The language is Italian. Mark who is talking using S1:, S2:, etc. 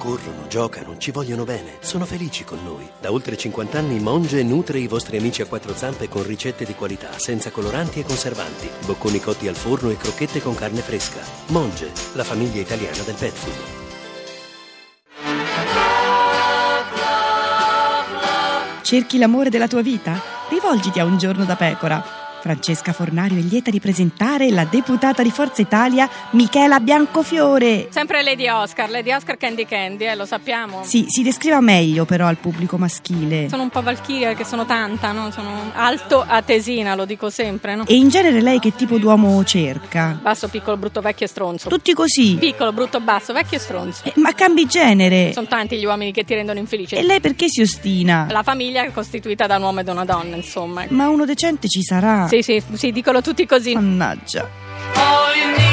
S1: corrono, giocano, ci vogliono bene, sono felici con noi. Da oltre 50 anni Monge nutre i vostri amici a quattro zampe con ricette di qualità, senza coloranti e conservanti, bocconi cotti al forno e crocchette con carne fresca. Monge, la famiglia italiana del pet food.
S2: Cerchi l'amore della tua vita? Rivolgiti a Un giorno da pecora. Francesca Fornario è lieta di presentare la deputata di Forza Italia Michela Biancofiore.
S3: Sempre Lady Oscar, Lady Oscar Candy Candy, eh, lo sappiamo.
S2: Sì, si descriva meglio però al pubblico maschile.
S3: Sono un po' Valchiria perché sono tanta, no? Sono alto atesina, lo dico sempre, no?
S2: E in genere lei che tipo d'uomo cerca?
S3: Basso, piccolo, brutto, vecchio e stronzo.
S2: Tutti così.
S3: Piccolo, brutto, basso, vecchio e stronzo.
S2: Eh, ma cambi genere.
S3: Sono tanti gli uomini che ti rendono infelice.
S2: E lei perché si ostina?
S3: La famiglia è costituita da un uomo e da una donna, insomma.
S2: Ma uno decente ci sarà.
S3: Sì, sì, sì, dicono tutti così.
S2: Mannaggia.
S4: All you need.